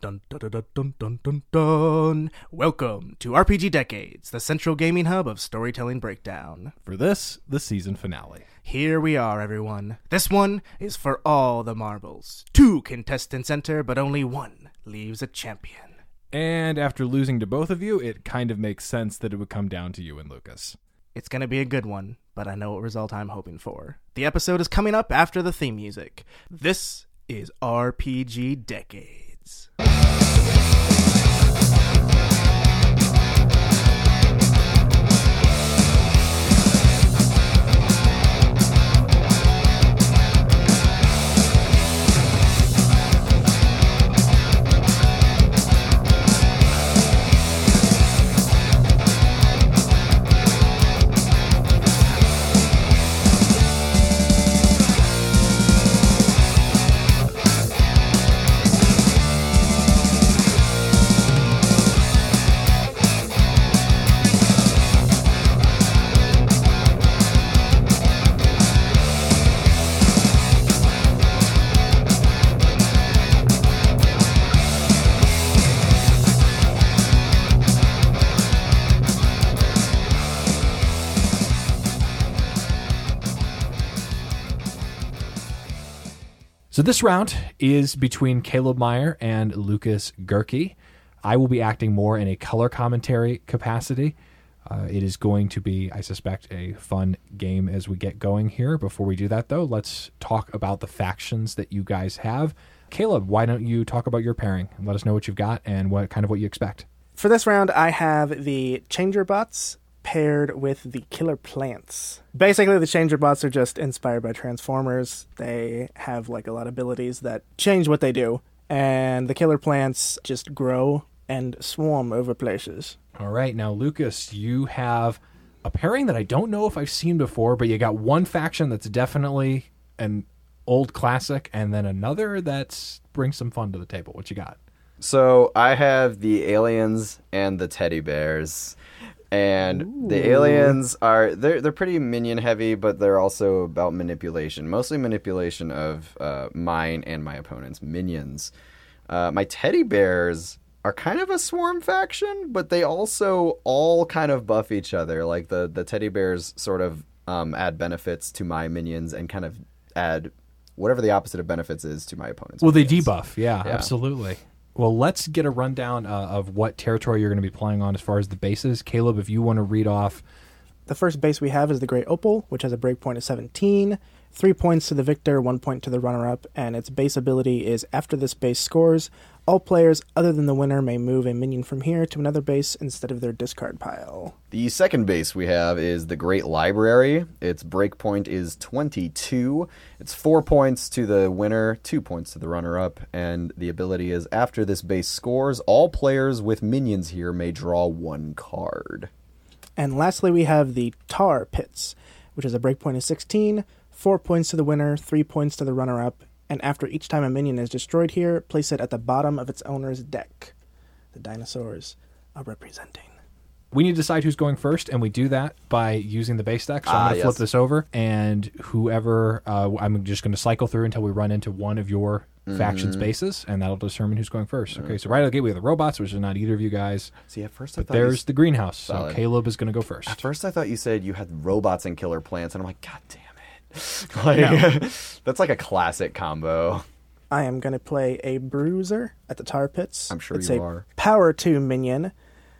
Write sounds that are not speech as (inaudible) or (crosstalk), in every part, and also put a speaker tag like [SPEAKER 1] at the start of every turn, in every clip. [SPEAKER 1] Dun, dun, dun, dun, dun, dun, dun. Welcome to RPG Decades, the central gaming hub of storytelling breakdown.
[SPEAKER 2] for this the season finale.
[SPEAKER 1] Here we are, everyone. This one is for all the marbles. Two contestants enter, but only one leaves a champion.
[SPEAKER 2] And after losing to both of you, it kind of makes sense that it would come down to you and Lucas.
[SPEAKER 1] It's going to be a good one, but I know what result I'm hoping for. The episode is coming up after the theme music. This is RPG Decades.
[SPEAKER 2] So this round is between Caleb Meyer and Lucas Gerke. I will be acting more in a color commentary capacity. Uh, it is going to be, I suspect, a fun game as we get going here. Before we do that, though, let's talk about the factions that you guys have. Caleb, why don't you talk about your pairing and let us know what you've got and what kind of what you expect?
[SPEAKER 1] For this round, I have the Changer Bots paired with the Killer Plants. Basically, the Changer Bots are just inspired by Transformers. They have like a lot of abilities that change what they do, and the Killer Plants just grow and swarm over places.
[SPEAKER 2] All right, now Lucas, you have a pairing that I don't know if I've seen before, but you got one faction that's definitely an old classic, and then another that's brings some fun to the table. What you got?
[SPEAKER 3] So I have the aliens and the teddy bears. And the aliens are they're they're pretty minion heavy, but they're also about manipulation, mostly manipulation of uh, mine and my opponent's minions. Uh, my teddy bears are kind of a swarm faction, but they also all kind of buff each other. Like the the teddy bears sort of um, add benefits to my minions and kind of add whatever the opposite of benefits is to my opponent's.
[SPEAKER 2] Well, they
[SPEAKER 3] minions.
[SPEAKER 2] debuff. Yeah, absolutely. Well, let's get a rundown uh, of what territory you're going to be playing on as far as the bases. Caleb, if you want to read off
[SPEAKER 1] The first base we have is the Great Opal, which has a breakpoint of 17, three points to the victor, one point to the runner up, and its base ability is after this base scores, all players other than the winner may move a minion from here to another base instead of their discard pile.
[SPEAKER 3] The second base we have is the Great Library. Its breakpoint is 22. It's four points to the winner, two points to the runner up, and the ability is after this base scores, all players with minions here may draw one card.
[SPEAKER 1] And lastly, we have the Tar Pits, which has a breakpoint of 16, four points to the winner, three points to the runner up, and after each time a minion is destroyed here, place it at the bottom of its owner's deck. The dinosaurs are representing.
[SPEAKER 2] we need to decide who's going first, and we do that by using the base deck. So I'm
[SPEAKER 3] Ah,
[SPEAKER 2] going to flip
[SPEAKER 3] yes.
[SPEAKER 2] this over, and whoever uh, I'm just going to cycle through until we run into one of your faction's
[SPEAKER 3] Mm-hmm.
[SPEAKER 2] bases, and that'll determine who's going 1st Okay, so right out of the gate we have the robots, which is not either of you guys.
[SPEAKER 3] See, at first I
[SPEAKER 2] But
[SPEAKER 3] Mm-hmm. thought you
[SPEAKER 2] there's
[SPEAKER 3] s-
[SPEAKER 2] the greenhouse. So
[SPEAKER 3] Solid.
[SPEAKER 2] Caleb is going to go first.
[SPEAKER 3] at first I thought you said you had robots and killer plants, and I'm like, God damn it! (laughs) Like, that's like a classic combo.
[SPEAKER 1] I am going to play a bruiser at the tar pits.
[SPEAKER 3] I'm sure
[SPEAKER 1] it's
[SPEAKER 3] you
[SPEAKER 1] a
[SPEAKER 3] are.
[SPEAKER 1] Power 2 minion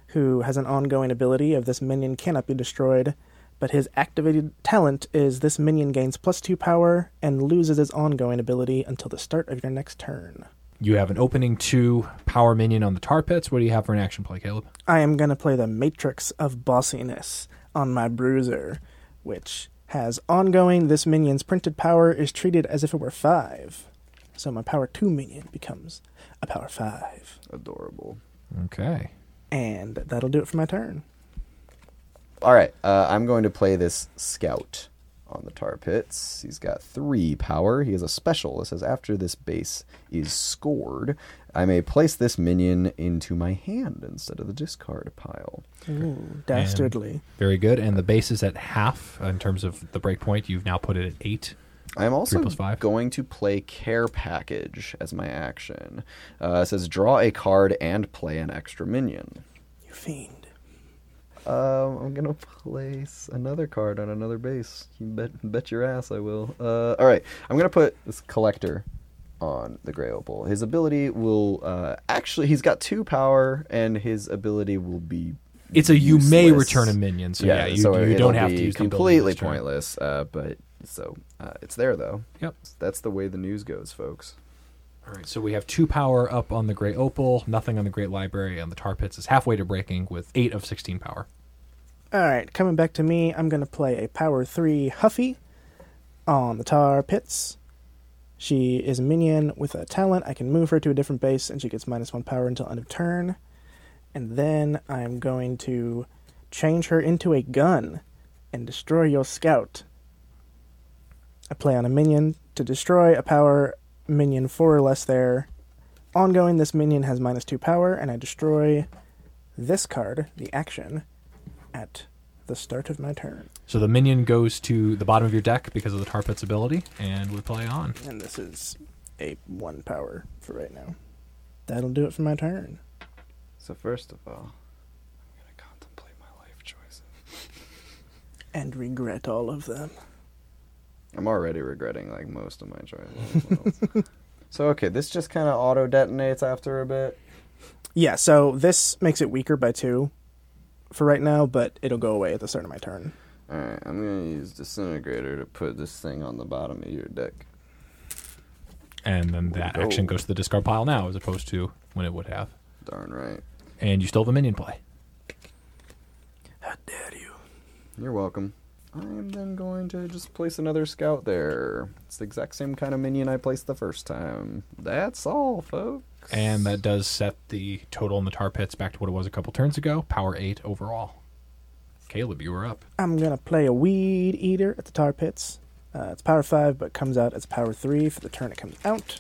[SPEAKER 1] who has an ongoing ability of this minion cannot be destroyed, but his activated talent is this minion gains plus 2 power and loses its ongoing ability until the start of your next turn.
[SPEAKER 2] You have an opening two power minion on the tar pits. What do you have for an action play, Caleb?
[SPEAKER 1] I am going to play the Matrix of Bossiness on my bruiser, which has ongoing this minion's printed power is treated as if it were 5. So my power 2 minion becomes a power 5.
[SPEAKER 3] Adorable.
[SPEAKER 2] Okay.
[SPEAKER 1] And that'll do it for my turn.
[SPEAKER 3] All right, uh, I'm going to play this scout on the tar pits. He's got three power. He has a special. It says after this base is scored, I may place this minion into my hand instead of the discard pile.
[SPEAKER 1] Ooh, dastardly.
[SPEAKER 2] Very good. And the base is at half in terms of the break point. You've now put it at eight.
[SPEAKER 3] I'm also
[SPEAKER 2] plus five.
[SPEAKER 3] going to play Care Package as my action. Uh, it says draw a card and play an extra minion.
[SPEAKER 1] You fiend.
[SPEAKER 3] Um, I'm gonna place another card on another base. You bet, bet your ass I will. Uh, all right, I'm gonna put this collector on the Gray Opal. His ability will uh, actually he's got two power, and his ability will be.
[SPEAKER 2] It's a you may
[SPEAKER 3] useless.
[SPEAKER 2] return a minion, so yeah, you,
[SPEAKER 3] so
[SPEAKER 2] you
[SPEAKER 3] it'll
[SPEAKER 2] don't have to
[SPEAKER 3] be
[SPEAKER 2] use the ability
[SPEAKER 3] completely
[SPEAKER 2] this turn.
[SPEAKER 3] pointless. Uh, but so uh, it's there though.
[SPEAKER 2] Yep.
[SPEAKER 3] That's the way the news goes, folks.
[SPEAKER 2] All right, so we have two power up on the Great Opal, nothing on the Great Library, and the Tar Pits is halfway to breaking with eight of sixteen power.
[SPEAKER 1] All right, coming back to me, I'm going to play a power three Huffy on the Tar Pits. She is a minion with a talent. I can move her to a different base, and she gets minus one power until end of turn. And then I'm going to change her into a gun and destroy your scout. I play on a minion to destroy a power minion four or less there. Ongoing, this minion has minus two power, and I destroy this card, the action, at the start of my turn.
[SPEAKER 2] So the minion goes to the bottom of your deck because of the Tar Pits ability, and we play on.
[SPEAKER 1] And this is a one power for right now. That'll do it for my turn.
[SPEAKER 3] So first of all, I'm gonna contemplate my life choices.
[SPEAKER 1] And regret all of them.
[SPEAKER 3] I'm already regretting like most of my (laughs) choices. so okay, this just kind of auto detonates after a bit.
[SPEAKER 1] Yeah, so this makes it weaker by two for right now, but it'll go away at the start of my turn.
[SPEAKER 3] All right, I'm gonna use disintegrator to put this thing on the bottom of your deck.
[SPEAKER 2] And then that
[SPEAKER 3] go.
[SPEAKER 2] action goes to the discard pile now as opposed to when it would have.
[SPEAKER 3] Darn right.
[SPEAKER 2] And you still have a minion play.
[SPEAKER 1] How dare you?
[SPEAKER 3] You're welcome. I am then going to just place another scout there. It's the exact same kind of minion I placed the first time. That's all, folks.
[SPEAKER 2] And that does set the total in the Tar Pits back to what it was a couple turns ago power eight overall. Caleb, you were up.
[SPEAKER 1] I'm gonna play a weed eater at the tar pits. Uh, it's power five, but comes out as power three for the turn it comes out.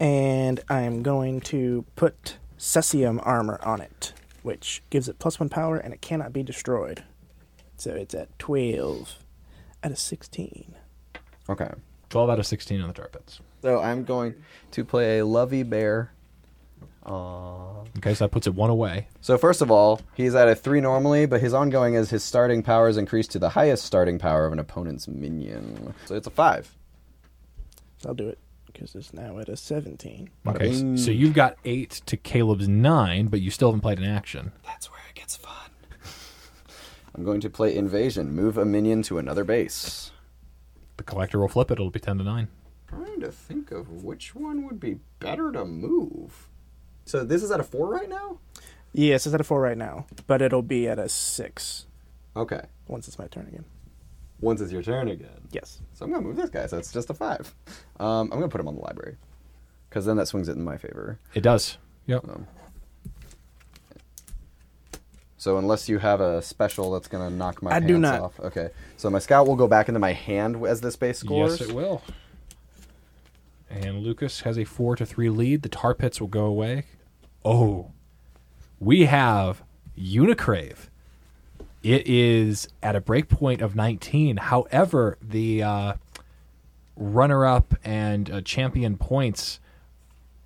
[SPEAKER 1] And I'm going to put cesium armor on it, which gives it plus one power and it cannot be destroyed. So it's at twelve out of sixteen.
[SPEAKER 3] okay.
[SPEAKER 2] 12 out of 16 on the Tar Pits.
[SPEAKER 3] So I'm going to play a lovey bear. Aww.
[SPEAKER 2] Okay, so that puts it one away.
[SPEAKER 3] So first of all, he's at a three normally, but his ongoing is his starting power is increased to the highest starting power of an opponent's minion. So it's a five.
[SPEAKER 1] So I'll do it because it's now at a seventeen.
[SPEAKER 2] Okay, s- so you've got eight to Caleb's nine, but you still haven't played an action.
[SPEAKER 3] That's where it gets fun. (laughs) I'm going to play invasion. Move a minion to another base.
[SPEAKER 2] The collector will flip it. It'll be 10 to 9.
[SPEAKER 3] Trying to think of which one would be better to move. So this is at a four right now.
[SPEAKER 1] Yes, it's at a four right now, but it'll be at a six
[SPEAKER 3] Okay.
[SPEAKER 1] once it's my turn again.
[SPEAKER 3] Once it's your turn again.
[SPEAKER 1] Yes.
[SPEAKER 3] So I'm gonna move this guy. So it's just a five. Um, I'm gonna put him on the library, because then that swings it in my favor.
[SPEAKER 2] It does. Yep.
[SPEAKER 3] So unless you have a special that's going to knock my
[SPEAKER 1] I
[SPEAKER 3] pants
[SPEAKER 1] do not.
[SPEAKER 3] off. Okay. So my scout will go back into my hand as this base scores.
[SPEAKER 2] Yes, it will. And Lucas has a four to three lead. The Tar Pits will go away. Oh, we have Unicrave. It is at a breakpoint of 19. However, the uh, runner-up and uh, champion points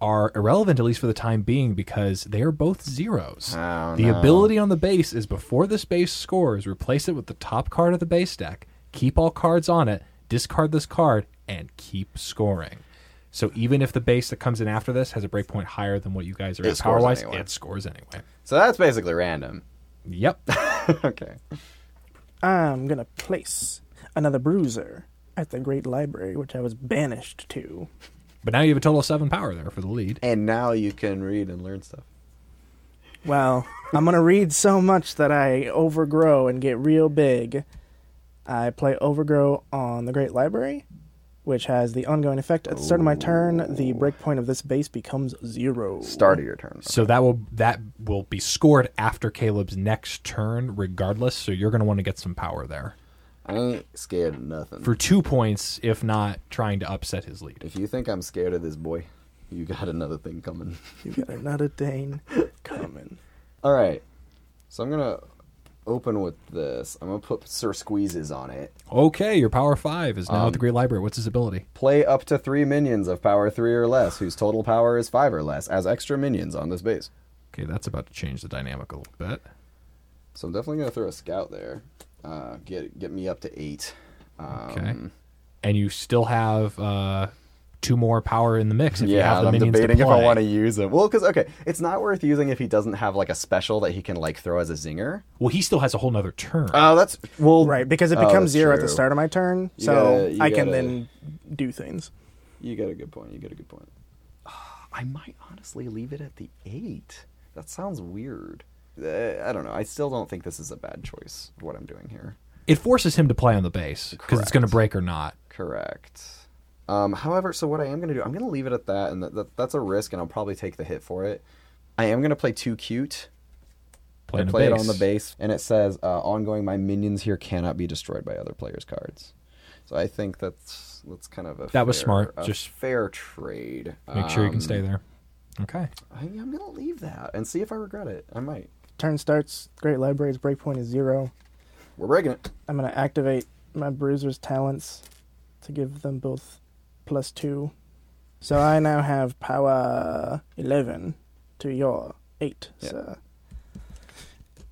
[SPEAKER 2] are irrelevant, at least for the time being, because they are both zeros.
[SPEAKER 3] Oh,
[SPEAKER 2] the
[SPEAKER 3] no.
[SPEAKER 2] ability on the base is before this base scores, replace it with the top card of the base deck, keep all cards on it, discard this card, and keep scoring. So even if the base that comes in after this has a breakpoint higher than what you guys are at
[SPEAKER 3] It
[SPEAKER 2] power wise,
[SPEAKER 3] scores anyway.
[SPEAKER 2] it scores anyway.
[SPEAKER 3] So that's basically random. (laughs)
[SPEAKER 2] Yep. (laughs)
[SPEAKER 3] okay.
[SPEAKER 1] I'm gonna place another bruiser at the Great Library, which I was banished to.
[SPEAKER 2] but now you have a total of seven power there for the lead.
[SPEAKER 3] And now you can read and learn stuff.
[SPEAKER 1] Well, I'm
[SPEAKER 3] (laughs)
[SPEAKER 1] gonna read so much that I overgrow and get real big. I play Overgrow on the Great Library, which has the ongoing effect at the start of my turn. The breakpoint of this base becomes zero.
[SPEAKER 3] Start of your turn.
[SPEAKER 2] So that will that will be scored after Caleb's next turn, regardless. So you're going to want to get some power there
[SPEAKER 3] I ain't scared of nothing.
[SPEAKER 2] for two points, if not trying to upset his lead.
[SPEAKER 3] if you think I'm scared of this boy, you got another thing coming. (laughs)
[SPEAKER 1] You got another Dane coming.
[SPEAKER 3] All right. So I'm going to open with this. I'm gonna put Sir Squeezes on it.
[SPEAKER 2] Okay, your power five is now
[SPEAKER 3] Um,
[SPEAKER 2] at the Great Library. What's his ability?
[SPEAKER 3] Play up to three minions of power three or less, whose total power is five or less, as extra minions on this base.
[SPEAKER 2] Okay, that's about to change the dynamic a little bit.
[SPEAKER 3] So I'm definitely gonna throw a scout there. Uh, get get me up to eight. Um,
[SPEAKER 2] Okay. and you still have uh, two more power in the mix if you
[SPEAKER 3] Yeah,
[SPEAKER 2] have
[SPEAKER 3] and
[SPEAKER 2] the
[SPEAKER 3] I'm
[SPEAKER 2] minions
[SPEAKER 3] debating
[SPEAKER 2] to
[SPEAKER 3] if
[SPEAKER 2] play.
[SPEAKER 3] I want to use him. Well, because okay, it's not worth using if he doesn't have like a special that he can like throw as a zinger.
[SPEAKER 2] Well, he still has a whole nother turn.
[SPEAKER 3] Oh, that's well,
[SPEAKER 1] Right, because it
[SPEAKER 3] oh,
[SPEAKER 1] becomes
[SPEAKER 3] that's
[SPEAKER 1] zero at the
[SPEAKER 3] true.
[SPEAKER 1] start of my turn,
[SPEAKER 3] You
[SPEAKER 1] so
[SPEAKER 3] gotta- you
[SPEAKER 1] I can
[SPEAKER 3] gotta-
[SPEAKER 1] then do things.
[SPEAKER 3] You got a good point. You got a good point. (sighs) I might honestly leave it at the eight. That sounds weird. Uh, I don't know. I still don't think this is a bad choice. What I'm doing here.
[SPEAKER 2] it forces him to play on the base because it's
[SPEAKER 3] Correct.
[SPEAKER 2] going to break or not.
[SPEAKER 3] Correct. Um, however, so what I am going to do, I'm going to leave it at that, and that, that, that's a risk, and I'll probably take the hit for it. I am going to play too cute.
[SPEAKER 2] Play,
[SPEAKER 3] I
[SPEAKER 2] on the
[SPEAKER 3] play it
[SPEAKER 2] base.
[SPEAKER 3] on the base, and it says uh, ongoing. My minions here cannot be destroyed by other players' cards. So I think that's that's kind of a
[SPEAKER 2] That was
[SPEAKER 3] fair-
[SPEAKER 2] smart.
[SPEAKER 3] a
[SPEAKER 2] Just
[SPEAKER 3] fair trade.
[SPEAKER 2] Make sure you can
[SPEAKER 3] Um,
[SPEAKER 2] stay there. Okay.
[SPEAKER 3] I, I'm gonna leave that and see if I regret it. I might.
[SPEAKER 1] Turn starts, Great Library's breakpoint is zero.
[SPEAKER 3] We're
[SPEAKER 2] (laughs)
[SPEAKER 3] breaking it.
[SPEAKER 1] I'm going to activate my Bruiser's talents to give them both plus two. So I now have power 11 to your 8,
[SPEAKER 3] Yeah.
[SPEAKER 1] sir.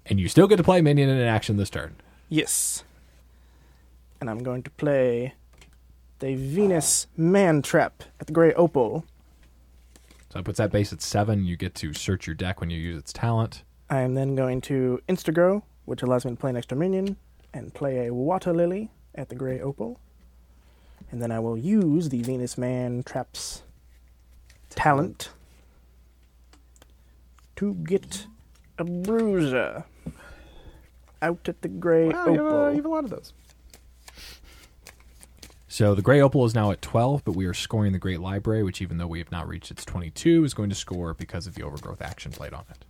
[SPEAKER 2] And you still get to play minion in action this turn.
[SPEAKER 1] Yes. And I'm going to play the Venus Man Trap at the Grey Opal.
[SPEAKER 2] So that puts that base at seven. You get to search your deck when you use its talent.
[SPEAKER 1] I am then going to Instagrow, which allows me to play an extra minion, and play a Water Lily at the Grey Opal. And then I will use the Venus Man Trap's talent to get a Bruiser out at the Grey
[SPEAKER 2] uh,
[SPEAKER 3] Wow, you have, a, you have
[SPEAKER 1] Opal.
[SPEAKER 3] a lot of those.
[SPEAKER 2] So the Gray Opal is now at 12, but we are scoring the Great Library, which, even though we have not reached its 22, is going to score because of the overgrowth action played on it.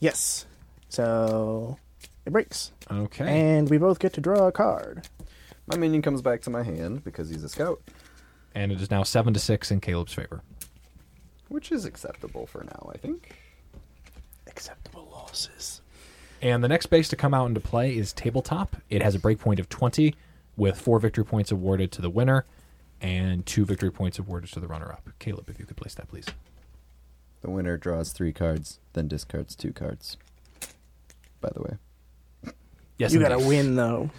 [SPEAKER 1] Yes. So it breaks.
[SPEAKER 2] Okay.
[SPEAKER 1] And we both get to draw a card.
[SPEAKER 3] My minion comes back to my hand because he's a scout,
[SPEAKER 2] and it is now 7 to 6 in Caleb's favor.
[SPEAKER 3] which is acceptable for now. I think.
[SPEAKER 1] Acceptable losses.
[SPEAKER 2] And the next base to come out into play is Tabletop. It has a breakpoint of 20 with four victory points awarded to the winner and two victory points awarded to the runner up. Caleb, if you could place that, please.
[SPEAKER 3] The winner draws three cards, then discards two cards. By the way,
[SPEAKER 2] Yes,
[SPEAKER 1] you
[SPEAKER 2] indeed.
[SPEAKER 1] gotta win though.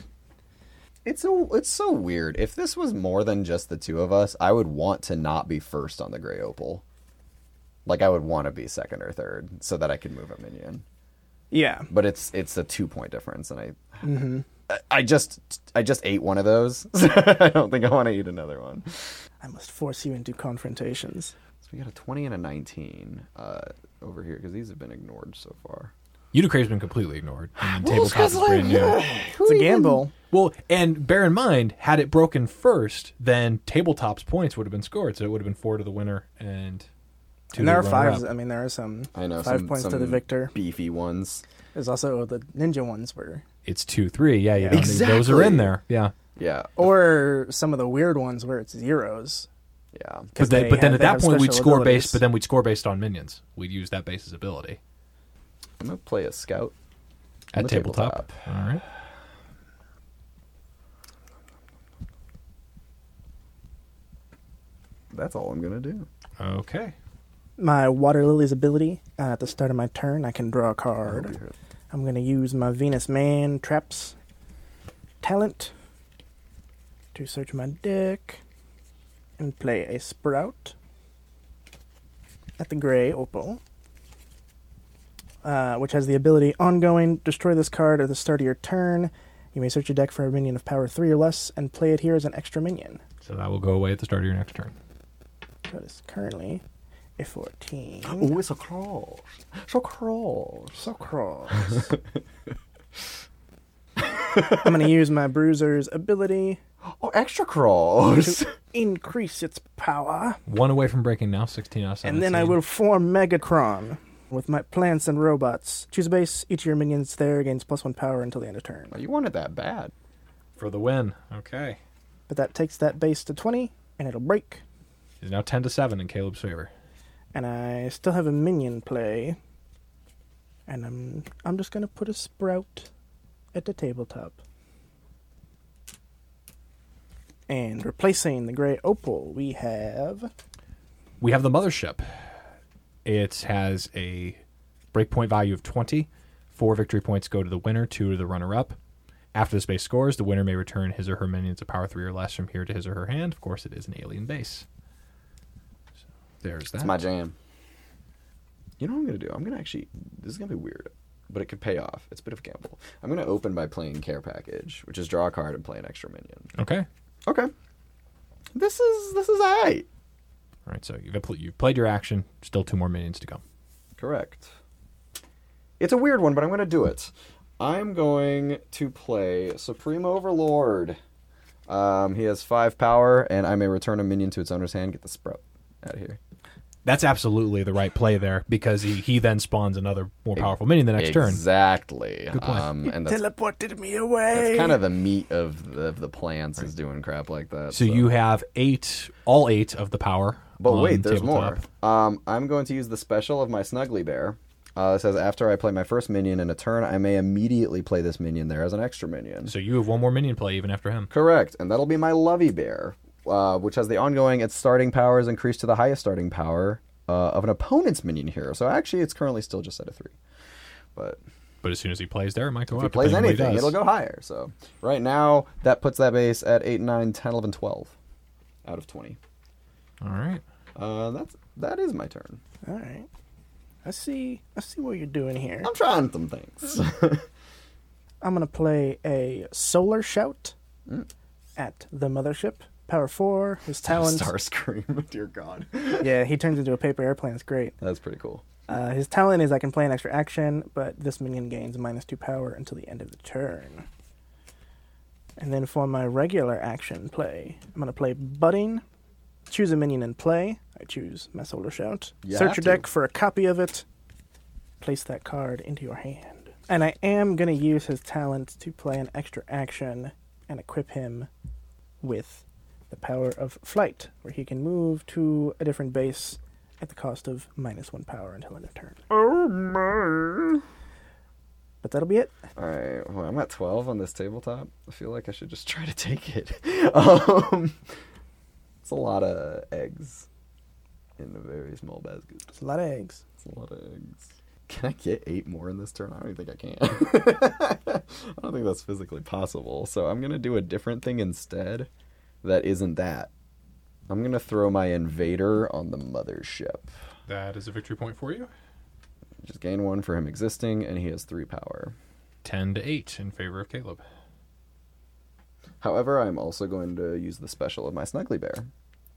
[SPEAKER 3] it's so it's so weird. If this was more than just the two of us, I would want to not be first on the gray opal. Like I would want to be second or third, so that I could move a minion.
[SPEAKER 1] Yeah.
[SPEAKER 3] But it's it's a two point difference, and I. I- I just I just ate one of those. (laughs) I don't think I want to eat another one.
[SPEAKER 1] I must force you into confrontations.
[SPEAKER 3] So we got a 20 and a 19 uh, over here because these have been ignored so far.
[SPEAKER 2] Unicrate's been completely ignored. And tabletop is brand new.
[SPEAKER 1] It's a gamble.
[SPEAKER 2] Well, and bear in mind, had it broken first, then Tabletop's points would have been scored. So it would have been four to the winner and two
[SPEAKER 1] And there
[SPEAKER 2] to
[SPEAKER 1] are
[SPEAKER 2] the
[SPEAKER 1] fives.
[SPEAKER 2] runner
[SPEAKER 1] I
[SPEAKER 2] up.
[SPEAKER 1] mean, there are some
[SPEAKER 3] I know
[SPEAKER 1] five
[SPEAKER 3] some-
[SPEAKER 1] points to the
[SPEAKER 3] some
[SPEAKER 1] victor.
[SPEAKER 3] beefy ones.
[SPEAKER 1] There's also the ninja ones were,
[SPEAKER 2] It's two, three. Yeah, yeah. I think Those are
[SPEAKER 3] Exactly.
[SPEAKER 2] in there. Yeah.
[SPEAKER 3] Yeah,
[SPEAKER 1] or some of the weird ones where it's zeros.
[SPEAKER 3] yeah.
[SPEAKER 1] 'Cause
[SPEAKER 2] But, then,
[SPEAKER 1] they
[SPEAKER 2] but then
[SPEAKER 1] have-
[SPEAKER 2] at
[SPEAKER 1] they
[SPEAKER 2] that
[SPEAKER 1] have
[SPEAKER 2] point, we'd
[SPEAKER 1] special
[SPEAKER 2] score
[SPEAKER 1] abilities.
[SPEAKER 2] based, but then we'd score based on minions. We'd use that base's ability
[SPEAKER 3] I'm gonna play a scout.
[SPEAKER 2] at
[SPEAKER 3] the
[SPEAKER 2] tabletop. All right.
[SPEAKER 3] That's all I'm gonna do.
[SPEAKER 2] Okay.
[SPEAKER 1] My water lily's ability uh, at the start of my turn, I can draw a card.
[SPEAKER 3] Over here.
[SPEAKER 1] I'm gonna use my Venus Man traps talent to search my deck and play a sprout at the gray opal. Uh, which has the ability ongoing, destroy this card at the start of your turn. You may search your deck for a minion of power three or less and play it here as an extra minion.
[SPEAKER 2] So that will go away at the start of your next turn.
[SPEAKER 1] That is currently a 14.
[SPEAKER 3] Oh, it's a cross. So cross.
[SPEAKER 1] (gasps) So cross. I'm going to use my bruiser's ability
[SPEAKER 3] Oh, extra cross.
[SPEAKER 1] to increase its power,
[SPEAKER 2] One away from breaking now, 16 out of 17.
[SPEAKER 1] and then I will form Megatron with my plants and robots. Choose a base. Each of your minions there gains plus one power until the end of turn.
[SPEAKER 3] (laughs) Oh, you wanted that bad.
[SPEAKER 2] For the win. Okay.
[SPEAKER 1] But that takes that base to 20, and it'll break.
[SPEAKER 2] It's now 10 to 7 in Caleb's favor.
[SPEAKER 1] And I still have a minion play and I'm I'm just gonna put a sprout at the tabletop. And replacing the gray opal, we have
[SPEAKER 2] We have the mothership. It has a breakpoint value of 20. Four victory points go to the winner, two to the runner up. After this base scores, the winner may return his or her minions a power three or less from here to his or her hand. Of course, it is an alien base. So, there's that.
[SPEAKER 3] It's my jam. You know what I'm gonna do? I'm gonna actually. This is gonna be weird, but it could pay off. It's a bit of a gamble. I'm gonna open by playing Care Package, which is draw a card and play an extra minion.
[SPEAKER 2] okay.
[SPEAKER 3] Okay. This is this is alright.
[SPEAKER 2] All right. So you've, apl- you've played your action. Still two more minions to go.
[SPEAKER 3] Correct. It's a weird one, but I'm gonna do it. I'm going to play Supreme Overlord. Um, he has five power, and I may return a minion to its owner's hand. Get the sprout out of here.
[SPEAKER 2] That's absolutely the right play there because he, he then spawns another more powerful minion the next turn.
[SPEAKER 3] Exactly.
[SPEAKER 2] Good point.
[SPEAKER 3] Um, and that's
[SPEAKER 1] teleported me away.
[SPEAKER 3] That's kind of the meat of the, of the plants is doing crap like that.
[SPEAKER 2] So you have eight, all eight of the power.
[SPEAKER 3] But
[SPEAKER 2] on
[SPEAKER 3] wait, there's
[SPEAKER 2] tabletop.
[SPEAKER 3] more. Um, I'm going to use the special of my Snuggly Bear. Uh, it says after I play my first minion in a turn, I may immediately play this minion there as an extra minion.
[SPEAKER 2] So you have one more minion play even after him.
[SPEAKER 3] Correct, and that'll be my Lovey Bear, uh, which has the ongoing its starting power is increased to the highest starting power uh, of an opponent's minion hero. So actually, it's currently still just at a three, but
[SPEAKER 2] But as soon as he plays there, it might go
[SPEAKER 3] if
[SPEAKER 2] up.
[SPEAKER 3] he plays
[SPEAKER 2] depending
[SPEAKER 3] anything,
[SPEAKER 2] on what he does.
[SPEAKER 3] it'll go higher. So right now, that puts that base at 8, 9, 10, 11, 12 out of 20.
[SPEAKER 2] All right.
[SPEAKER 3] Uh, that's that is my turn.
[SPEAKER 1] All right. I see. I see what you're doing here.
[SPEAKER 3] I'm trying some things. (laughs)
[SPEAKER 1] I'm gonna play a solar shout at the mothership. Power four. His talents.
[SPEAKER 3] Starscream, (laughs) dear God,
[SPEAKER 1] Yeah, he turns into a paper airplane. It's great.
[SPEAKER 3] that's pretty cool.
[SPEAKER 1] Uh, his talent is I can play an extra action, but this minion gains minus two power until the end of the turn. And then for my regular action play, I'm gonna play budding. Choose a minion and play. I choose my solar shout.
[SPEAKER 3] You
[SPEAKER 1] Search
[SPEAKER 3] have
[SPEAKER 1] your
[SPEAKER 3] to.
[SPEAKER 1] deck for a copy of it. Place that card into your hand. And I am gonna use his talent to play an extra action and equip him with the power of flight, where he can move to a different base at the cost of minus one power until end of turn. Oh my! But that'll be it.
[SPEAKER 3] All right, well, I'm at 12 on this tabletop. I feel like I should just (laughs) try to take it. Um, it's a lot of eggs in a very small basket.
[SPEAKER 1] It's a lot of eggs.
[SPEAKER 3] It's a lot of eggs. Can I get eight more in this turn? I don't even think I can. (laughs) I don't think that's physically possible. So I'm gonna do a different thing instead. That isn't that. I'm gonna throw my invader on the mothership.
[SPEAKER 2] That is a victory point for you.
[SPEAKER 3] Just gain one for him existing, and he has three power.
[SPEAKER 2] 10 to 8 in favor of Caleb.
[SPEAKER 3] However, I'm also going to use the special of my Snuggly Bear.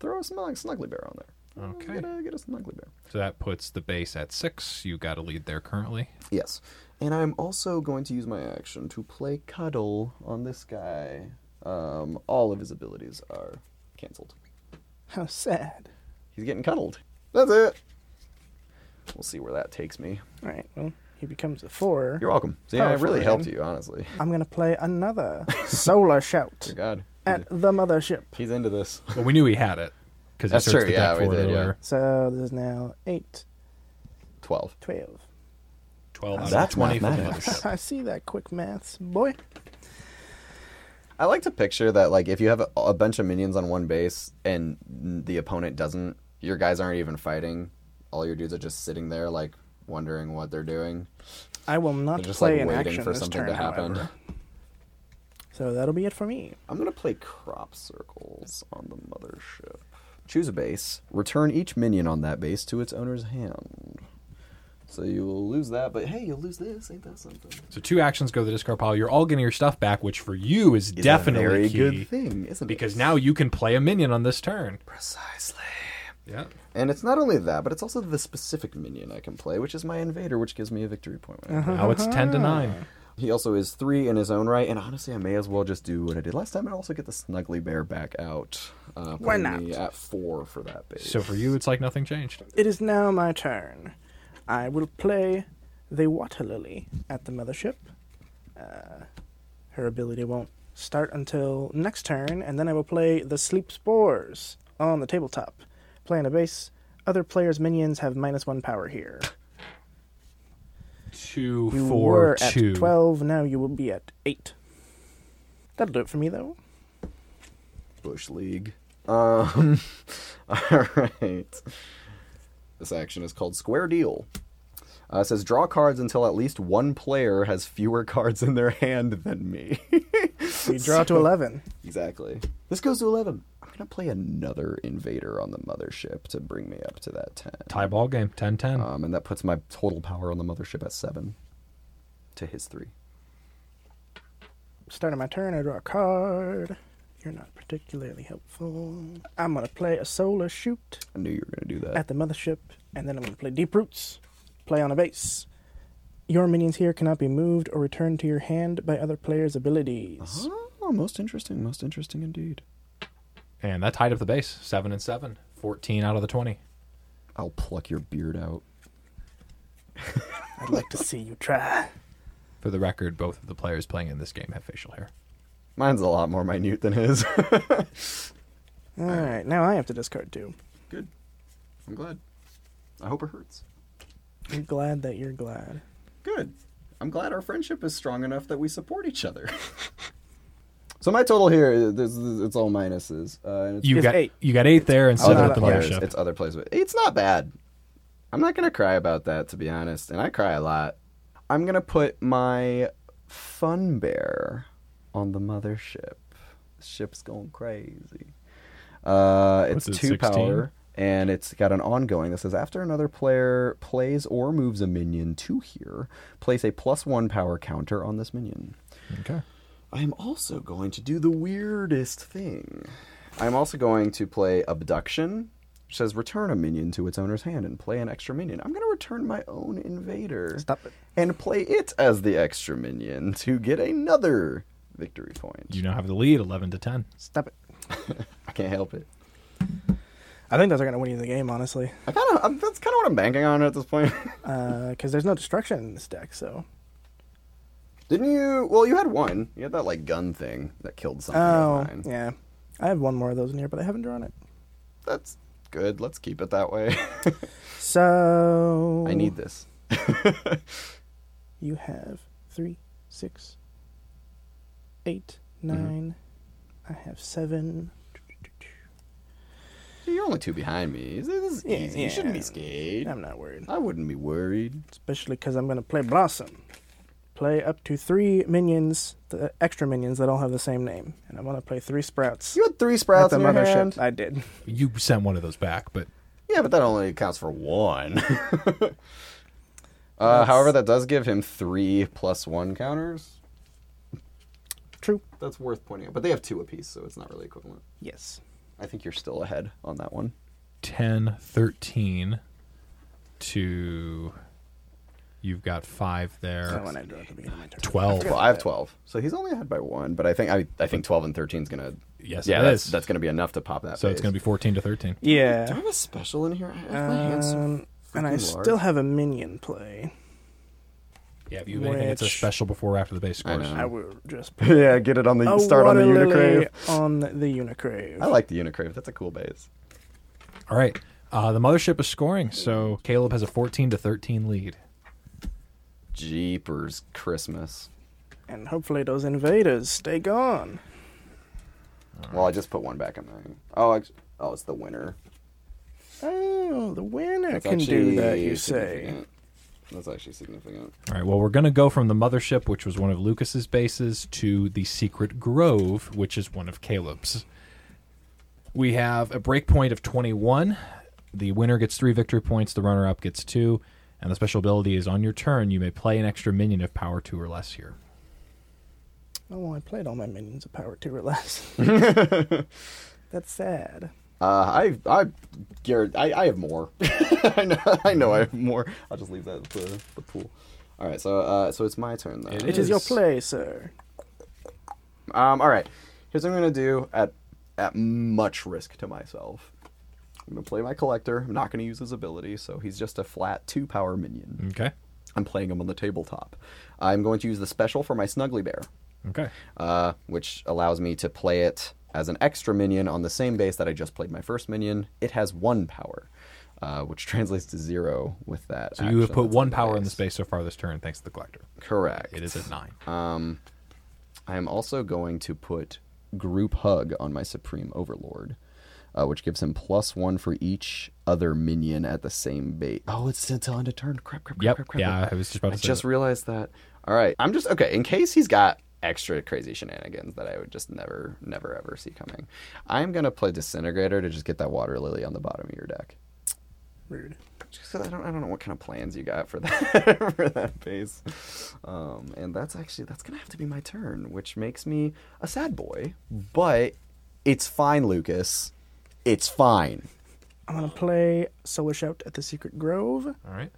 [SPEAKER 3] Throw a smelling Snuggly Bear on there.
[SPEAKER 2] Okay.
[SPEAKER 3] Get a, get a Snuggly Bear.
[SPEAKER 2] So that puts the base at 6. You got a lead there currently.
[SPEAKER 3] Yes. And I'm also going to use my action to play Cuddle on this guy. Um, all of his abilities are canceled.
[SPEAKER 1] How sad.
[SPEAKER 3] He's getting cuddled. That's it. We'll see where that takes me.
[SPEAKER 1] All right. Well, he becomes a four.
[SPEAKER 3] You're welcome. See, I
[SPEAKER 1] Powerful,
[SPEAKER 3] really
[SPEAKER 1] man.
[SPEAKER 3] helped you, honestly.
[SPEAKER 1] I'm gonna play another (laughs) solar shout
[SPEAKER 3] Dear God.
[SPEAKER 1] at the mothership.
[SPEAKER 3] He's into this. (laughs)
[SPEAKER 2] Well, we knew he had it because he
[SPEAKER 3] That's
[SPEAKER 2] searched
[SPEAKER 3] true,
[SPEAKER 2] the
[SPEAKER 3] yeah,
[SPEAKER 2] deck
[SPEAKER 3] we
[SPEAKER 2] for it
[SPEAKER 3] did, yeah.
[SPEAKER 2] earlier.
[SPEAKER 1] So this is now eight,
[SPEAKER 3] 12.
[SPEAKER 1] twelve. (laughs)
[SPEAKER 2] 12 out
[SPEAKER 3] That's
[SPEAKER 2] of 20 for the
[SPEAKER 3] mathematics.
[SPEAKER 2] mothership.
[SPEAKER 1] I see that quick maths, boy.
[SPEAKER 3] I like to picture that, like, if you have a, a bunch of minions on one base and the opponent doesn't, your guys aren't even fighting. All your dudes are just sitting there, like, wondering what they're doing.
[SPEAKER 1] I will not
[SPEAKER 3] They're just,
[SPEAKER 1] play
[SPEAKER 3] like,
[SPEAKER 1] an
[SPEAKER 3] waiting
[SPEAKER 1] action
[SPEAKER 3] for
[SPEAKER 1] this
[SPEAKER 3] something
[SPEAKER 1] turn,
[SPEAKER 3] to happen.
[SPEAKER 1] however. So that'll be it for me.
[SPEAKER 3] I'm going to play crop circles on the mothership. Choose a base. Return each minion on that base to its owner's hand. So you will lose that, but hey, you'll lose this. Ain't that something?
[SPEAKER 2] So two actions go to the discard pile. You're all getting your stuff back, which for you is
[SPEAKER 3] It's
[SPEAKER 2] definitely
[SPEAKER 3] a very
[SPEAKER 2] key
[SPEAKER 3] good thing, isn't it?
[SPEAKER 2] because now you can play a minion on this turn.
[SPEAKER 3] precisely.
[SPEAKER 2] Yeah.
[SPEAKER 3] And it's not only that, but it's also the specific minion I can play, which is my invader, which gives me a victory point. When I play
[SPEAKER 2] Now it's 10 to 9.
[SPEAKER 3] He also is three in his own right, and honestly, I may as well just do what I did last time and also get the Snuggly Bear back out. Uh,
[SPEAKER 1] Why
[SPEAKER 3] putting
[SPEAKER 1] not?
[SPEAKER 3] Me at four for that base.
[SPEAKER 2] So for you, it's like nothing changed.
[SPEAKER 1] It is now my turn. I will play the Water Lily at the mothership. Uh, her ability won't start until next turn, and then I will play the Sleep Spores on the tabletop. Playing a base, other players' minions have minus one power here.
[SPEAKER 2] two,
[SPEAKER 1] You
[SPEAKER 2] four,
[SPEAKER 1] were
[SPEAKER 2] two.
[SPEAKER 1] at 12, now you will be at 8. That'll do it for me, though.
[SPEAKER 3] Bush League. Um, (laughs) all right. This action is called Square Deal. Uh, it says draw cards until at least one player has fewer (laughs) cards in their hand than me. (laughs)
[SPEAKER 1] You draw
[SPEAKER 2] (laughs)
[SPEAKER 1] to 11.
[SPEAKER 3] exactly. This goes to eleven. I'm gonna play another invader on the mothership to bring me up to that ten.
[SPEAKER 2] Tie ball game, 10 10.
[SPEAKER 3] Um, and that puts my total power on the mothership at seven. To his three.
[SPEAKER 1] Start of my turn, I draw a card. You're not particularly helpful. I'm going to play a solar shoot.
[SPEAKER 3] I knew you were gonna do that.
[SPEAKER 1] at the mothership, and then I'm going to play Deep Roots. Play on a base. Your minions here cannot be moved or returned to your hand by other players'
[SPEAKER 3] (laughs)
[SPEAKER 1] abilities.
[SPEAKER 3] Oh, most interesting. Most interesting indeed.
[SPEAKER 2] And that tied up the base, 7 and 7. 14 out of the 20.
[SPEAKER 3] I'll pluck your beard out.
[SPEAKER 1] I'd like to see you try.
[SPEAKER 2] For the record, both of the players playing in this game have facial hair.
[SPEAKER 3] Mine's a lot more minute than his. (laughs)
[SPEAKER 1] All right, now I have to discard two.
[SPEAKER 3] Good. I'm glad. I hope it hurts.
[SPEAKER 1] I'm glad that you're glad.
[SPEAKER 3] Good. I'm glad our friendship is strong enough that we support each other. (laughs) so my total here, this, this, it's all minuses. Uh, and it's
[SPEAKER 2] You
[SPEAKER 1] It's
[SPEAKER 2] got
[SPEAKER 1] eight.
[SPEAKER 2] you got 8 there and
[SPEAKER 1] It's
[SPEAKER 2] 7
[SPEAKER 1] not
[SPEAKER 2] at the
[SPEAKER 1] up there.
[SPEAKER 3] players.
[SPEAKER 2] mothership.
[SPEAKER 3] It's other players. It's not bad. I'm not gonna cry about that, to be honest, and I cry a lot. I'm gonna put my fun bear on the mothership. Ship's going crazy. Uh, it's
[SPEAKER 2] What's it,
[SPEAKER 3] two
[SPEAKER 2] 16?
[SPEAKER 3] power, and it's got an ongoing that says after another player plays or moves a minion to here, place a plus one power counter on this minion.
[SPEAKER 2] Okay.
[SPEAKER 3] I'm also going to do the weirdest thing. I'm also going to play Abduction, which says return a minion to its owner's hand and play an extra minion. I'm going to return my own invader
[SPEAKER 1] Stop it.
[SPEAKER 3] and play it as the extra minion to get another victory point.
[SPEAKER 2] You now have the lead, 11 to 10.
[SPEAKER 1] Stop it.
[SPEAKER 3] I can't help it.
[SPEAKER 1] I think those are going to win you the game, honestly.
[SPEAKER 3] I kind of that's kind of what I'm banking on at this point. (laughs)
[SPEAKER 1] Because Uh, there's no destruction in this deck, so.
[SPEAKER 3] Didn't you? Well, you had one. You had that like gun thing that killed something.
[SPEAKER 1] Oh,
[SPEAKER 3] of mine.
[SPEAKER 1] yeah. I have one more of those in here, but I haven't drawn it.
[SPEAKER 3] That's good. Let's keep it that way. (laughs)
[SPEAKER 1] So.
[SPEAKER 3] I need this.
[SPEAKER 1] You have three, six, eight,
[SPEAKER 3] Mm-hmm.
[SPEAKER 1] nine. I have seven.
[SPEAKER 3] You're only two behind me. This is
[SPEAKER 1] Yeah,
[SPEAKER 3] easy. You shouldn't be scared.
[SPEAKER 1] I'm not worried,
[SPEAKER 3] I wouldn't be worried.
[SPEAKER 1] especially because I'm going to play Blossom. Play up to three minions, the extra minions that all have the same name, and I'm going to play three Sprouts.
[SPEAKER 3] You had three sprouts
[SPEAKER 1] at
[SPEAKER 3] in
[SPEAKER 1] the
[SPEAKER 3] your
[SPEAKER 1] mothership.
[SPEAKER 3] hand.
[SPEAKER 1] I did.
[SPEAKER 2] You sent one of those back, but
[SPEAKER 3] Yeah, but that only accounts for one. (laughs) uh, however, that does give him three plus one counters.
[SPEAKER 1] True.
[SPEAKER 3] That's worth pointing out. But they have two apiece, so it's not really equivalent.
[SPEAKER 1] Yes.
[SPEAKER 3] I think you're still ahead on that one.
[SPEAKER 2] 10 13 to you've got
[SPEAKER 1] I
[SPEAKER 2] 5 there
[SPEAKER 1] want to draw at the beginning of my turn.
[SPEAKER 2] 12
[SPEAKER 3] Well, I have twelve, so he's only ahead by one. But I think I, I think twelve and thirteen is gonna.
[SPEAKER 2] Yes,
[SPEAKER 3] yeah,
[SPEAKER 2] it
[SPEAKER 3] that's,
[SPEAKER 2] is.
[SPEAKER 3] that's gonna be enough to pop that.
[SPEAKER 2] so it's going to be 14 to 13
[SPEAKER 3] Do I
[SPEAKER 1] Yeah.
[SPEAKER 3] have a special in here? I have my hands so
[SPEAKER 1] Um, and I
[SPEAKER 3] freaking large.
[SPEAKER 1] still have a minion play.
[SPEAKER 2] yeah if you have anything that's a
[SPEAKER 1] Which-
[SPEAKER 2] special before or after the base
[SPEAKER 3] I
[SPEAKER 2] scores
[SPEAKER 3] know.
[SPEAKER 1] I will just play
[SPEAKER 3] (laughs) yeah, get it on the
[SPEAKER 1] Oh, a
[SPEAKER 3] Mm. start on the
[SPEAKER 1] water
[SPEAKER 3] Unicrave.
[SPEAKER 1] lily on the Unicrave.
[SPEAKER 3] I like the Unicrave. That's a cool base.
[SPEAKER 2] all right uh, the mothership is scoring so caleb has a 14 to 13 lead
[SPEAKER 3] Jeepers Christmas.
[SPEAKER 1] And hopefully those invaders stay gone.
[SPEAKER 3] Well, I just put one back in mine. Oh, ex- oh, it's the winner.
[SPEAKER 1] Oh, the winner
[SPEAKER 3] That's
[SPEAKER 1] can do that,
[SPEAKER 3] actually
[SPEAKER 1] you say.
[SPEAKER 3] significant. That's actually significant.
[SPEAKER 2] all right well we're going to go from the mothership which was one of lucas's bases to the secret grove which is one of caleb's we have a breakpoint of 21 the winner gets three victory points the runner-up gets two and the special ability is on your turn you may play an extra minion of power two or less here
[SPEAKER 1] Oh, I played all my minions of power two or less. That's sad.
[SPEAKER 3] Uh, I, I, Garrett, I, I
[SPEAKER 1] (laughs)
[SPEAKER 3] have more. (laughs) I know, I know, I have more. I'll just leave that at the, the pool. All right, so, uh, so it's my turn then.
[SPEAKER 2] It
[SPEAKER 1] It is your
[SPEAKER 2] Yes.
[SPEAKER 1] play, sir.
[SPEAKER 3] Um, all right, here's what I'm gonna do at at much risk to myself. I'm gonna play my collector. I'm not gonna use his ability, so he's just a flat two power minion.
[SPEAKER 2] okay
[SPEAKER 3] I'm playing him on the tabletop. I'm going to use the special for my Snuggly Bear,
[SPEAKER 2] okay
[SPEAKER 3] uh, which allows me to play it as an extra minion on the same base that I just played my first minion. It has one power. uh, which (laughs) translates to zero with that.
[SPEAKER 2] So you have
[SPEAKER 3] action
[SPEAKER 2] put
[SPEAKER 3] that's
[SPEAKER 2] one
[SPEAKER 3] on the
[SPEAKER 2] power in the
[SPEAKER 3] base.
[SPEAKER 2] space so far this turn, thanks to the collector.
[SPEAKER 3] Correct.
[SPEAKER 2] It is at nine.
[SPEAKER 3] Um, I am also going to put group hug on my supreme overlord, uh, which gives him plus one for each other minion at the same bait. Oh, it's until end of turn. Crap, crap, crap,
[SPEAKER 2] Yep.
[SPEAKER 3] crap, crap.
[SPEAKER 2] Yeah, I was just about to
[SPEAKER 3] I
[SPEAKER 2] say.
[SPEAKER 3] just
[SPEAKER 2] that.
[SPEAKER 3] realized that. All right, I'm just okay. In case he's got extra crazy shenanigans that I would just never, never ever see coming, I'm gonna play disintegrator to just get that water lily on the bottom of your deck.
[SPEAKER 1] Rude.
[SPEAKER 3] Just 'cause I don't, I don't know what kind of plans you got for (laughs) that for that base. Um, and that's actually that's gonna have to be my turn, which makes me a sad boy. But it's fine, Lucas. It's fine.
[SPEAKER 1] I'm gonna play Solar Shout at the Secret Grove.
[SPEAKER 2] All right.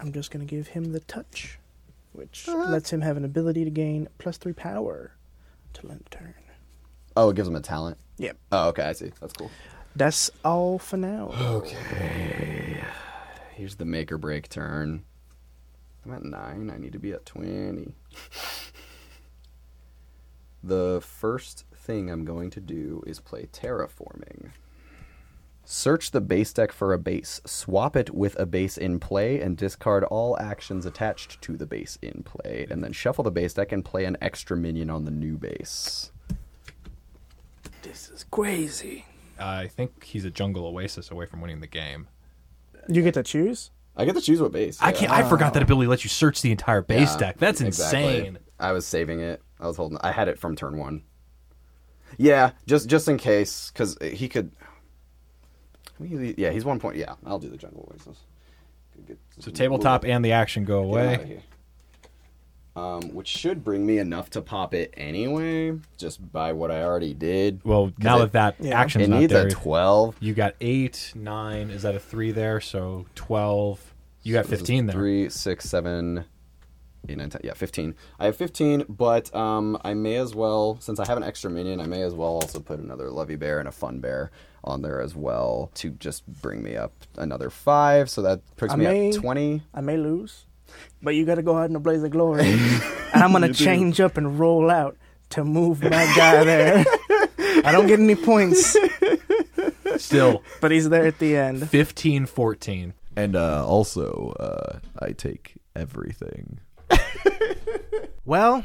[SPEAKER 1] I'm just gonna give him the touch, which lets him have an ability to gain plus three power to end turn.
[SPEAKER 3] Oh, it gives him a talent.
[SPEAKER 1] Yep.
[SPEAKER 3] Oh, okay, I see. That's cool.
[SPEAKER 1] That's all for
[SPEAKER 3] (gasps)
[SPEAKER 1] now.
[SPEAKER 3] Here's the make or break turn. I'm at nine. I need to be at 20. the first thing I'm going to do is play terraforming. Search the base deck for a base. Swap it with a base in play and discard all actions attached to the base in play. And then shuffle the base deck and play an extra minion on the new base.
[SPEAKER 1] this is crazy.
[SPEAKER 2] I think he's a jungle oasis away from winning the game.
[SPEAKER 1] You get to choose.
[SPEAKER 3] I get to choose what base.
[SPEAKER 2] I can't. I forgot that ability lets you search the entire base deck. That's
[SPEAKER 3] Exactly.
[SPEAKER 2] insane.
[SPEAKER 3] I was saving it. I was holding. I had it from turn one. Yeah, just just in case, because he could. I mean, yeah, he's one point. Yeah, I'll do the jungle oasis. Get-
[SPEAKER 2] So tabletop and the action go
[SPEAKER 3] Get him outta
[SPEAKER 2] away.
[SPEAKER 3] here. Um, which should bring me enough to pop it anyway, just by what I already did.
[SPEAKER 2] Well, now
[SPEAKER 3] it-
[SPEAKER 2] that that
[SPEAKER 1] yeah.
[SPEAKER 2] action's
[SPEAKER 3] it
[SPEAKER 2] not
[SPEAKER 3] needs
[SPEAKER 2] there,
[SPEAKER 3] a twelve.
[SPEAKER 2] you got eight, nine. Is that a three there? So twelve. You got
[SPEAKER 3] This is
[SPEAKER 2] fifteen there.
[SPEAKER 3] Three, six, seven, eight, nine, ten. Yeah, fifteen. I have fifteen, but um, I may as well, since I have an extra minion, I may as well also put another Lovey Bear and a Fun Bear on there as well to just bring me up another five. So that puts
[SPEAKER 1] I
[SPEAKER 3] me
[SPEAKER 1] may-
[SPEAKER 3] at twenty.
[SPEAKER 1] I may lose, but you gotta go out in a blaze of (laughs) glory. and I'm gonna change up and roll out to move my guy (laughs) there. I don't get any points,
[SPEAKER 2] Still
[SPEAKER 1] but he's there at the end.
[SPEAKER 2] 15, 14.
[SPEAKER 4] And uh, also, uh, I take everything.
[SPEAKER 1] Well,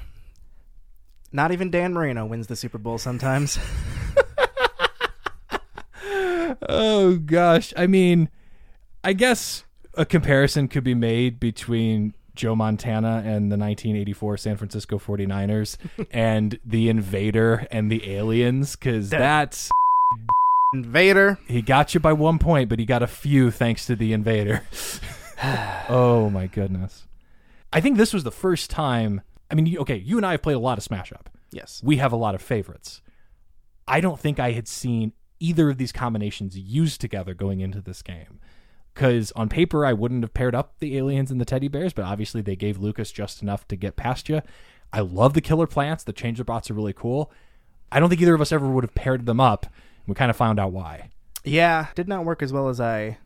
[SPEAKER 1] not even Dan Marino wins the Super Bowl (laughs) sometimes.
[SPEAKER 2] Oh gosh. I mean, I guess
[SPEAKER 5] a comparison could be made between Joe Montana and the 1984 San Francisco 49ers and the invader and the aliens cuz that's
[SPEAKER 1] Invader.
[SPEAKER 5] he got you by one point but he got a few thanks to the invader. (laughs) oh my goodness. I think this was the first time I mean you- okay, you and I have played a lot of smash up.
[SPEAKER 1] Yes.
[SPEAKER 5] We have a lot of favorites. I don't think I had seen either of these combinations used together going into this game. Because on paper, I wouldn't have paired up the aliens and the teddy bears, but obviously they gave Lucas just enough to get past you. I love the killer plants. The changer bots are really cool. I don't think either of us ever would have paired them up. We kind of found out why.
[SPEAKER 1] Yeah, did not work as well as I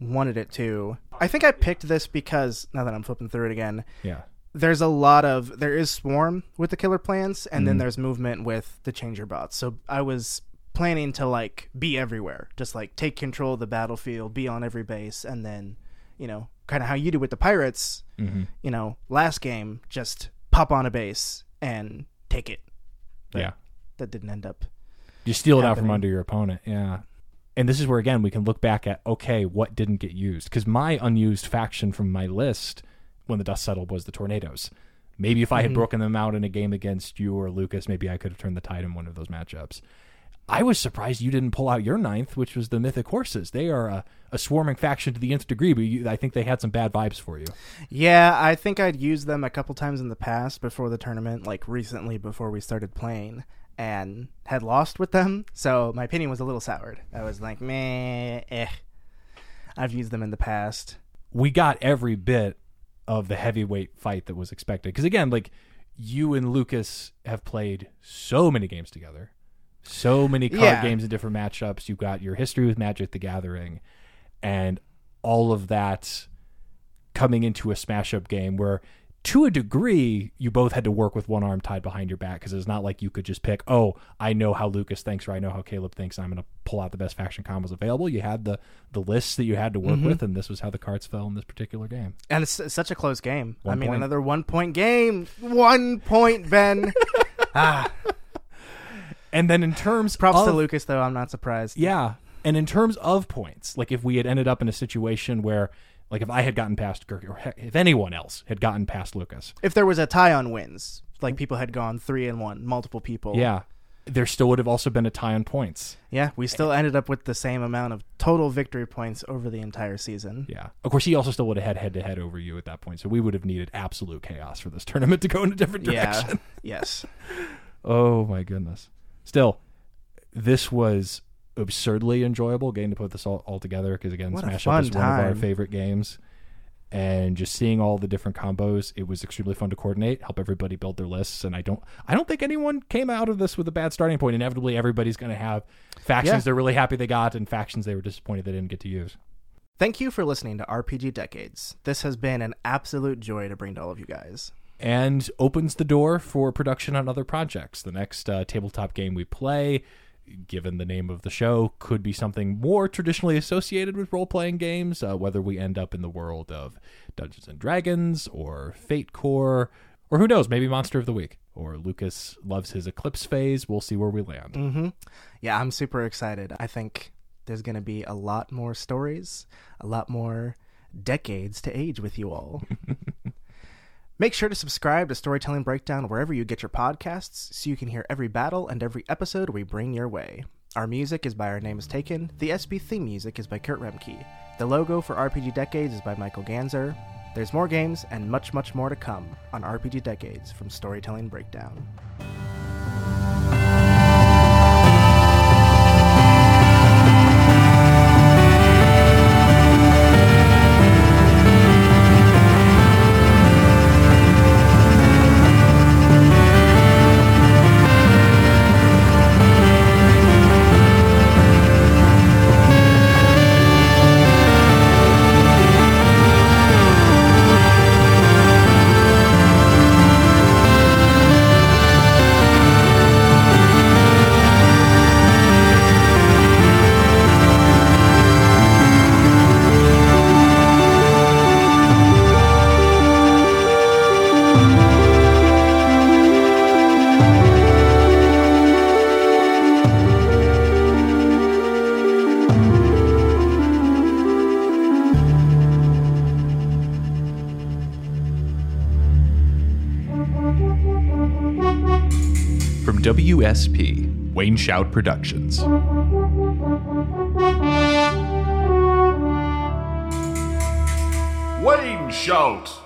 [SPEAKER 1] wanted it to. I think I picked this because now that I'm flipping through it again,
[SPEAKER 5] Yeah.
[SPEAKER 1] there's a lot of there is swarm with the killer plants and then there's movement with the changer bots. So I was planning to like be everywhere, just like take control of the battlefield, be on every base and then, you know, kind of how you do with the pirates, you know, last game just pop on a base and take it.
[SPEAKER 5] yeah.
[SPEAKER 1] That didn't end up.
[SPEAKER 5] You steal it out from
[SPEAKER 1] happening.
[SPEAKER 5] under your opponent. Yeah. And this is where, again, we can look back at okay, what didn't get used? Because my unused faction from my list when the dust settled was the tornadoes. Maybe if I had broken them out in a game against you or Lucas, maybe I could have turned the tide in one of those matchups. I was surprised you didn't pull out your ninth, which was the Mythic Horses. They are a, a swarming faction to the nth degree, but you, I think they had some bad vibes for you.
[SPEAKER 1] Yeah, I think I'd used them a couple times in the past before the tournament, like recently before we started playing, and had lost with them. So my opinion was a little soured. I was like, meh, eh. I've used them in the past.
[SPEAKER 5] we got every bit of the heavyweight fight that was expected. Because again, like you and Lucas have played so many games together, so many card
[SPEAKER 1] Yeah.
[SPEAKER 5] games in different matchups. You've got your history with Magic the Gathering, and all of that coming into a smash up game where to a degree, you both had to work with one arm tied behind your back because it's not like you could just pick, oh, I know how Lucas thinks or I know how Caleb thinks, and I'm going to pull out the best faction combos available. You had the the lists that you had to work with, and this was how the cards fell in this particular game.
[SPEAKER 1] And it's, it's such a close game. I
[SPEAKER 5] One
[SPEAKER 1] mean,
[SPEAKER 5] point.
[SPEAKER 1] another one point game. One point,
[SPEAKER 5] (laughs)
[SPEAKER 1] Ben.
[SPEAKER 5] And then in terms
[SPEAKER 1] Props to
[SPEAKER 5] of-
[SPEAKER 1] Lucas, though. I'm not surprised.
[SPEAKER 5] Yeah. And in terms of points, like if we had ended up in a situation where, like if I had gotten past Gurky, or heck, if anyone else had gotten past Lucas,
[SPEAKER 1] If there was a tie on wins, like people had gone three and one, multiple people.
[SPEAKER 5] yeah, there still would have also been a tie on points.
[SPEAKER 1] Yeah, we still ended up with the same amount of total victory points over the entire season.
[SPEAKER 5] Yeah. Of course, he also still would have had head to head over you at that point. So we would have needed absolute chaos for this tournament to go in a different (laughs) direction.
[SPEAKER 1] yes.
[SPEAKER 5] Oh my goodness. Still, this was absurdly enjoyable getting to put this all, all together because again,
[SPEAKER 1] What a
[SPEAKER 5] Smash
[SPEAKER 1] fun
[SPEAKER 5] Up is one of our
[SPEAKER 1] time.
[SPEAKER 5] favorite games. And just seeing all the different combos, it was extremely fun to coordinate, help everybody build their lists. And I don't I don't think anyone came out of this with a bad starting point. Inevitably everybody's gonna have factions
[SPEAKER 1] Yeah.
[SPEAKER 5] they're really happy they got and factions they were disappointed they didn't get to use.
[SPEAKER 1] Thank you for listening to RPG Decades. This has been an absolute joy to bring to all of you guys.
[SPEAKER 5] and opens the door for production on other projects. The next uh, tabletop game we play, given the name of the show, could be something more traditionally associated with role playing games, uh, whether we end up in the world of Dungeons and Dragons or Fate Core, or who knows, maybe Monster of the Week, or Lucas loves his Eclipse phase. We'll see where we land.
[SPEAKER 1] Mm-hmm. Yeah, I'm super excited. I think there's going to be a lot more stories, a lot more decades to age with you all. Make sure to subscribe to Storytelling Breakdown wherever you get your podcasts so you can hear every battle and every episode we bring your way. Our music is by Our Name is Taken. The SB theme music is by Kurt Remke. The logo for RPG Decades is by Michael Ganzer. There's more games and much, much more to come on RPG Decades from Storytelling Breakdown.
[SPEAKER 6] From WSP, Wayne Shout Productions. Wayne Shout!